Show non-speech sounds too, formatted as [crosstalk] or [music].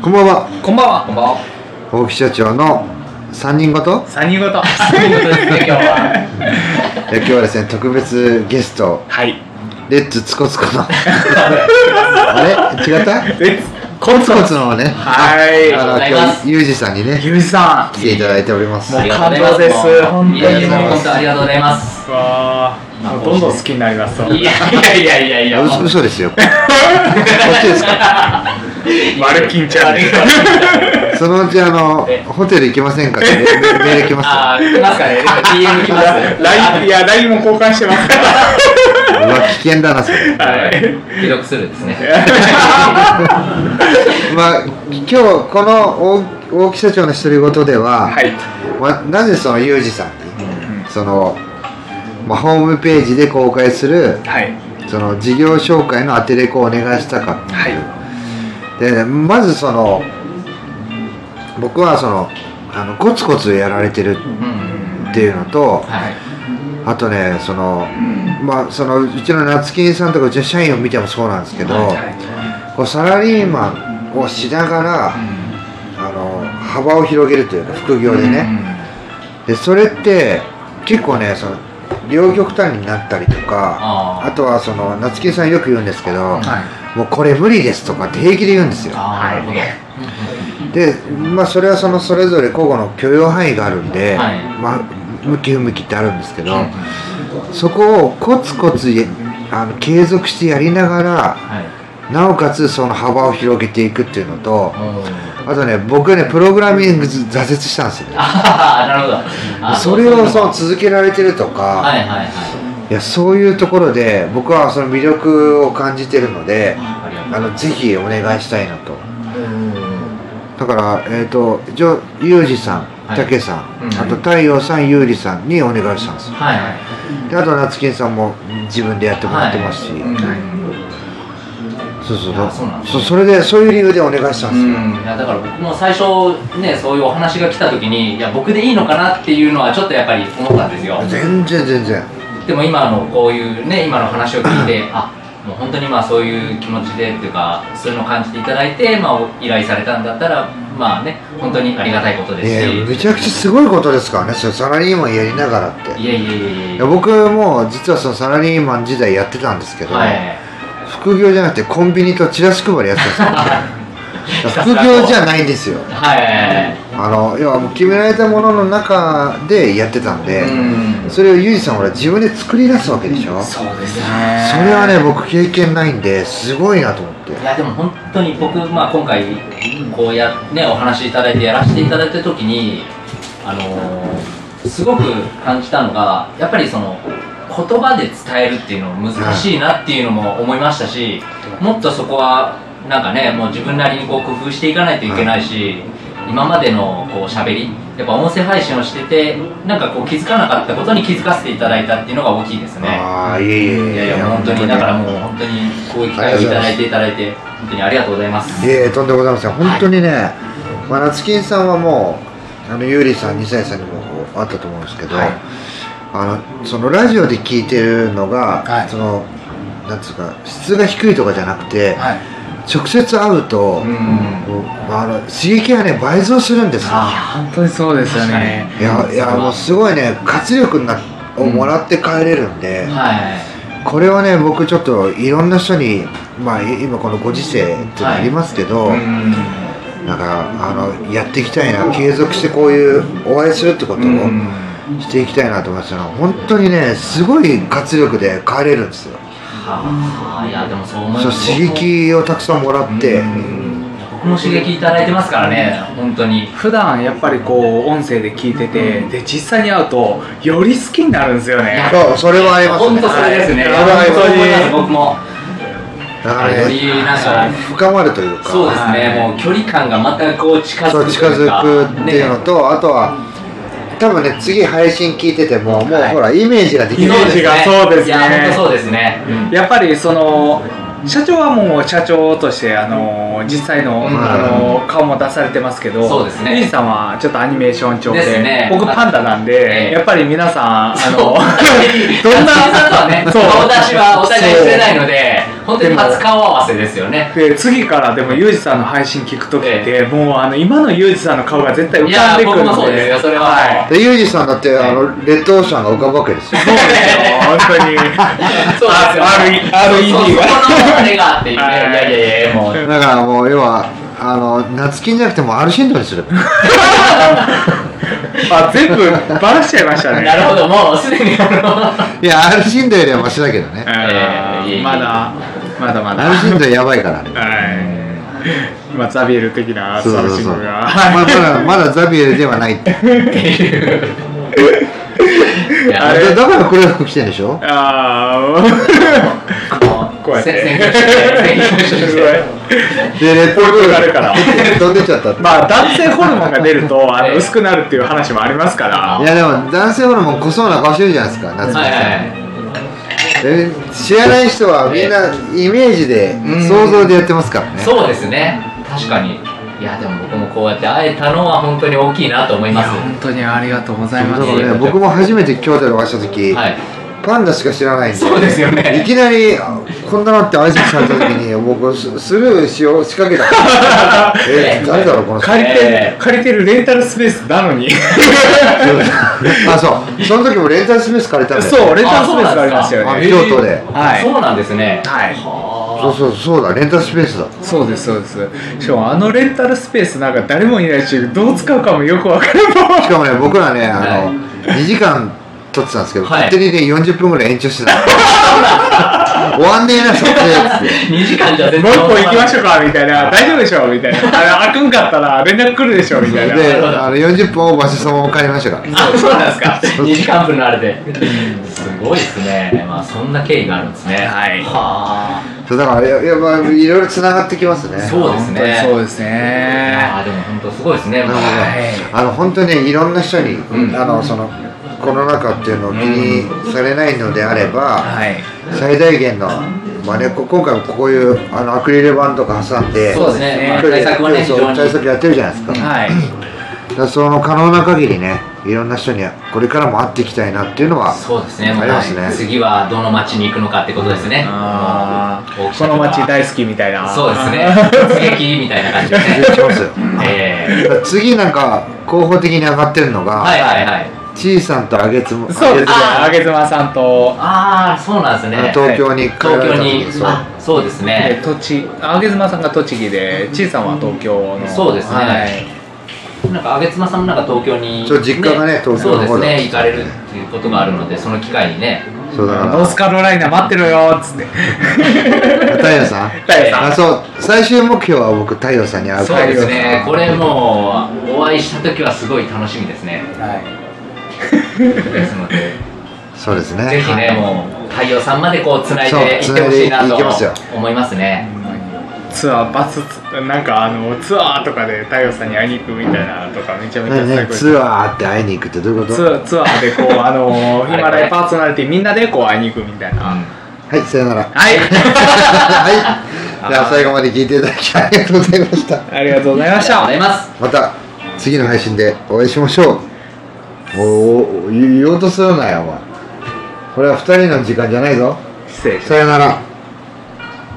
こんばんはこんばんは。こんばんは。大木社長の3人ごと三人ごと。三人ごとですね、今日は。え今日はですね特別ゲストはい。レッツツコツコのあれ違ったえ、コツコツのねはいあのありがとうご今ざいます日ユージさんにねゆうじさ来ていただいておりますもあうりがとうございます感動ですもう本当にいやいやもう本当ありがとうございますん。わまああ。どんどん好きになります。いやいやいやいやいや嘘嘘 [laughs] ですよこっちですかマルキンちゃんマルキンちゃんそのうちあのえホテル行きませんかってメメール来ますよあー来ますかね DM 来ます LINE いや LINE も交換してますからうわ危険だなそれはい記録するですねまあ今日この大大木社長の独り言では、はいまあなぜそのユージさんに、その、まあ、ホームページで公開するはいその事業紹介のアテレコをお願いしたかったはいでまずその僕はそのあのコツコツやられてるうんっていうのとはいあとねその、まあそのうちの夏金さんとかうちの社員を見てもそうなんですけど、こうサラリーマンをしながら、あの幅を広げるというか副業でね、でそれって結構ねその両極端になったりとかああーとはその夏木さんよく言うんですけど、いもうこれ無理ですとかって平気で言うんですよあーなるほどでまあそれはそのそれぞれ個々の許容範囲があるんで、はいまあ向き不向きってあるんですけど、そこをコツコツやあの継続してやりながらはいなおかつその幅を広げていくっていうのとおーあとね僕ねプログラミングず挫折したんですよねあーなるほどあーそれをそうは続けられてるとか、いはいはいいやそういうところで僕はその魅力を感じてるのでありがとうあのぜひお願いしたいなとうんだからえっ、とじょユージさんはいたけさん、うんあと太陽さんゆうりさんにお願いしたんですよはいはいであと夏金さんも自分でやってもらってますし、うんそうそうあそうなんですそねうそれでそういう理由でお願いしたんうですよ、ん、いやだから僕も最初ねそういうお話が来た時にいや僕でいいのかなっていうのはちょっとやっぱり思ったんですよ全然全然でも今のこういうね今の話を聞いてあもう本当にまあそういう気持ちでっていうかそういうのを感じていただいて、まあ、依頼されたんだったらまあね本当にありがたいことでいすやしめちゃくちゃすごいことですからねそれサラリーマンやりながらっていやいやいやいいやや僕も実はそのサラリーマン時代やってたんですけど、はい副業じゃなくてコンビニとチラシ配りやってたんです [laughs] よ副業じゃないんですよはいあの要はもう決められたものの中でやってたんで、うんそれをユージさんほら自分で作り出すわけでしょ、そそうですねれはね僕経験ないんですごいなと思っていやでも本当に僕、まあ、今回こうや、ね、お話しいただいてやらせていただいた時に、あのーすごく感じたのがやっぱりその言葉で伝えるっていうのも難しいなっていうのも思いましたし、もっとそこはなんかねもう自分なりにこう工夫していかないといけないし、今までのこう喋りやっぱ音声配信をしててなんかこう気づかなかったことに気づかせていただいたっていうのが大きいですね。ああいえいえいやいや、本当に、だからもう本当に、こういう機会をいただいていただいて、本当にありがとうございます。いえいえとんでもございません本当にね、まあ、夏金さんはもうあのユーリさん二歳さんにもあったと思うんですけど、はいあのそのラジオで聞いてるのが、はいそのなんつうか質が低いとかじゃなくて、はい直接会うと、うん。まあ、あの刺激がね倍増するんですよあ本当にそうですよねいやいやもうすごいね活力なをもらって帰れるんで、あ、はい。これはね僕ちょっといろんな人にまあい今このご時世っていうのありますけど、うん。なんかあのやっていきたいな継続してこういうお会いするってことをうんしていきたいなと思いますけど本当にねすごい活力で帰れるんですよはあ、いや、でもそう思いそまうす。刺激をたくさんもらってうん。いや僕も刺激いただいてますからね、本当に。普段やっぱりこう音声で聞いてて、で実際に会うとより好きになるんですよねそうそれはあります本ね当それですね。はい本当にはい思います。僕も。だからよりねなんか、深まるというかそうですね、もう距離感がまたこう近づくそう近というかづくっていうのと、あとは多分ね次配信聞いててももうはいほらイメージができイるメージがそうですねいや、本当そうですね。うんやっぱりその社長はもう社長としてあの実際の,、うんあの顔も出されてますけどそうですねリーさんはちょっとアニメーション調でですね僕パンダなんで、ええやっぱり皆さんあ [laughs] [laughs] あの、のどんな、さんとはね、そう顔出しはお互いしてないので、本当に初顔合わせですよねで次からでもユージさんの配信聞く時って、もうあの今のユージさんの顔が絶対浮かんでくるのいや僕もそうですよそれははいでユージさんだってあのレッドオーシャンが浮かぶわけですよそうですよ本当に [laughs] そうですよ R- R.E.D. そうそうがそこのあれがあっていうねいはいやいやいやもうだからもう要はあの夏金じゃなくてもアルシンドにすればいい [laughs] あ全部バラしちゃいましたねなるほどもうすでにあのいやアルシンドよりはマシだけどねあええいえいーえまだまだまだアルシンドやばいからねはい今ザビエル的なそうサそうルそうシンそうグまがあまだまだザビエルではないっていやあれだだから黒い服着てるでしょあこうやってせ宣言して宣言あすしごていでレッドオーポルトガシャルンから飛んでっちゃったってまあ男性ホルモンが出るとあえのえ薄くなるっていう話もありますからいやでも男性ホルモン濃そうな顔してるじゃないですか夏金はいはさん、いはいえ知らない人はみんなイメージでうん想像でやってますからねそうですね確かにいやでも僕もこうやって会えたのは本当に大きいなと思いいまやす本当にありがとうございだますかそうらね僕も初めて京都でお会いした時、はいパンダしか知らないんでそうですよね [laughs] いきなりあこんなのって挨拶された時に僕ススルーしよう仕掛け [laughs] たえ誰だろうこの人借りて、ええ借りてるレンタルスペースなのに [laughs] あそうその時もレンタルスペース借りたんだよそうレンタルスペースがありましたよあね京都ではいそうなんですね [laughs] はいそうそうそうだレンタルスペースだそうですそうですしかもあのレンタルスペースなんか誰もいないしどう使うかもよくわからないしかもね僕らねあの、はい2時間撮ってたんですけど、はい勝手にね40分ぐらい延長して [laughs] た終わんねえな撮影っつって2時間じゃ全もう一個行きましょょうかみたいな大丈夫でしょうみたいなあのあくんかったら連絡来るでしょみたいなであの40分オーバーしてそのまま帰りましたからあそうなんですか2時間分のあれですごいですねまあそんな経緯があるんですねはいはそうだからややっぱいろいろつながってきますねあそうですね本当にそうですあねあでも本当すごいですねなるほど、はいあの本当にねいろんな人に、うんあのそのコロナ禍っていうのを気にされないのであれば、はい最大限の、まあね、こ今回もこういうあのアクリル板とか挟んでそうですねまあこれ対策はね非そう常に対策やってるじゃないですか,、だはいからその可能な限りねいろんな人にこれからも会っていきたいなっていうのはそうですね、ありますねはい次はどの町に行くのかってことですね。あー大きこさとのか街大好きみたいなそうですね、突撃みたいな感じで実 [laughs] 現しますよね。えだから次なんか候補的に上がってるのーが、はいはいはい。ちいさんとあげつもそうですねあーあげずまさんとああ、そうなんですね。東京に帰られ東京た時にに、そうあそうですえね。栃あげずまさんが栃木でちいさんは東京のそうですねはいなんか、あげつまさんもなんか東京に、そう実家がね東京の方だそうですね、行かれるっていうことがあるので、その機会にね。そうだからノースカロライナ待ってろよーっつ [laughs] って太陽さん太陽さんあそう最終目標は僕太陽さんに会うそかうら太で陽すさんね、これもう、お会いした時はすごい楽しみですね。はです [laughs] ので、そうですねぜひね、もう、太陽さんまでこう、つないでいってほしいなとそう繋いでいきますよ思いますね。いツアーバスツなんかあのツアーとかで太陽さんに会いに行くみたいなのとかめちゃめちゃ何最ね高ですツアーって会いに行くってどういうことツアーツアーでこうあのーヒマラヤパーソナリティみんなでこう会いに行くみたいな、はいさよ [laughs] ならは [laughs] はいいじゃあ最後まで聞いていただきありがとうございましたありがとうございあまりしがとうごたざいます。また次の配信でお会いしましょうおお言おうとするなよお前これは2人の時間じゃないぞ失礼しますさよなら